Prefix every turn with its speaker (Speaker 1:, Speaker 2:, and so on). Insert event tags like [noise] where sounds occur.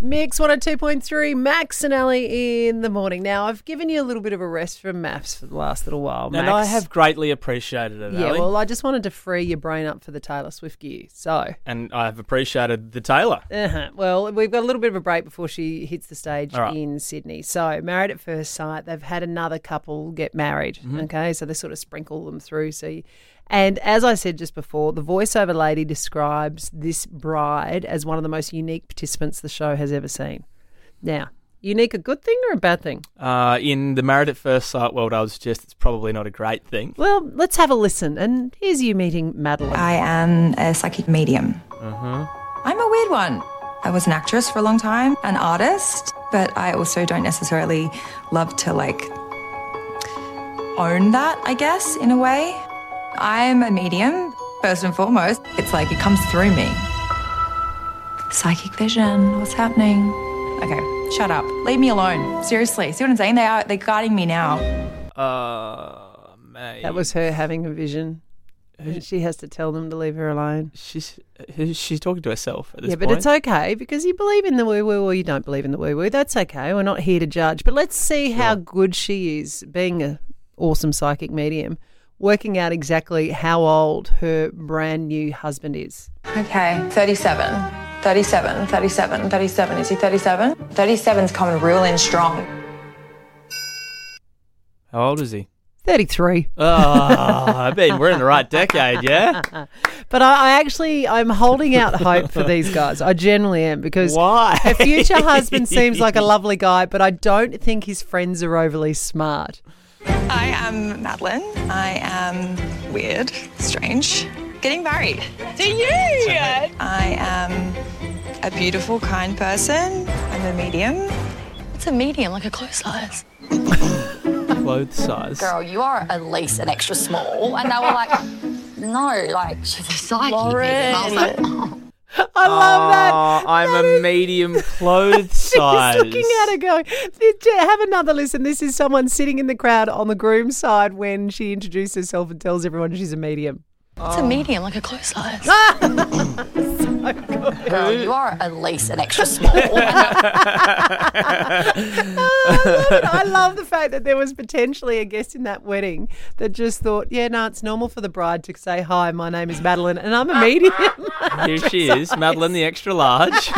Speaker 1: Mix 102.3, Max and Ali in the morning. Now, I've given you a little bit of a rest from maths for the last little while, Max.
Speaker 2: And I have greatly appreciated it,
Speaker 1: Yeah,
Speaker 2: Ali.
Speaker 1: well, I just wanted to free your brain up for the Taylor Swift gear. So,
Speaker 2: and I have appreciated the tailor.
Speaker 1: uh-huh. well, we've got a little bit of a break before she hits the stage
Speaker 2: All right.
Speaker 1: in Sydney. So, Married at First Sight, they've had another couple get married.
Speaker 2: Mm-hmm.
Speaker 1: Okay, so they sort of sprinkle them through. So, you, and as I said just before, the voiceover lady describes this bride as one of the most unique participants the show has ever seen. Now, unique a good thing or a bad thing?
Speaker 2: Uh, in the Married at First Sight world, I was just, it's probably not a great thing.
Speaker 1: Well, let's have a listen. And here's you meeting Madeline.
Speaker 3: I am a psychic medium. I'm a weird one. I was an actress for a long time, an artist, but I also don't necessarily love to like own that, I guess, in a way. I'm a medium, first and foremost. It's like it comes through me. Psychic vision, what's happening? Okay, shut up. Leave me alone. Seriously. See what I'm saying? They are they're guarding me now.
Speaker 2: Uh, mate.
Speaker 1: that was her having a vision. And she has to tell them to leave her alone.
Speaker 2: She's, she's talking to herself at this
Speaker 1: Yeah, but
Speaker 2: point.
Speaker 1: it's okay because you believe in the woo woo or you don't believe in the woo woo. That's okay. We're not here to judge. But let's see how good she is being a awesome psychic medium, working out exactly how old her brand new husband is.
Speaker 3: Okay, 37. 37, 37, 37. Is he 37? 37's coming real in strong.
Speaker 2: How old is he?
Speaker 1: 33.
Speaker 2: Oh, I mean, we're in the right
Speaker 1: [laughs]
Speaker 2: decade, yeah?
Speaker 1: But I, I actually, I'm holding out hope for these guys. I generally am because [laughs]
Speaker 2: Why?
Speaker 1: Her future
Speaker 2: [laughs]
Speaker 1: husband seems like a lovely guy, but I don't think his friends are overly smart.
Speaker 3: I am Madeline. I am weird, strange, getting married to you. I am a beautiful, kind person. I'm a medium.
Speaker 4: It's a medium, like a close size.
Speaker 2: Clothes size.
Speaker 4: Girl, you are at least an extra small. And they were like, no, like, she's a psychic. And I was like,
Speaker 1: I love that.
Speaker 2: Uh, I'm
Speaker 1: That
Speaker 2: a
Speaker 1: is- [laughs]
Speaker 2: medium clothes size.
Speaker 1: Just looking at her going, "Did you have another listen. This is someone sitting in the crowd on the groom's side when she introduced herself and tells everyone she's a medium.
Speaker 4: it's a medium, like a close size. [laughs] Girl, you are at least an extra small. And
Speaker 1: But Ah, I love the fact that there was potentially a guest in that wedding that just thought, yeah, no, it's normal for the bride to say, hi, my name is Madeline and I'm a medium.
Speaker 2: [laughs] Here she is, Madeline the extra large.